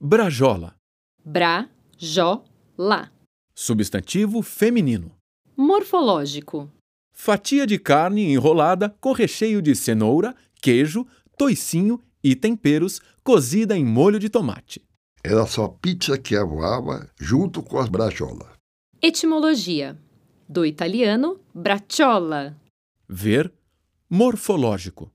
Brajola. Bra, Jó, Lá. Substantivo feminino. Morfológico. Fatia de carne enrolada com recheio de cenoura, queijo, toicinho e temperos, cozida em molho de tomate. Era só pizza que avoava junto com as brajolas. Etimologia. Do italiano bracciola. Ver morfológico.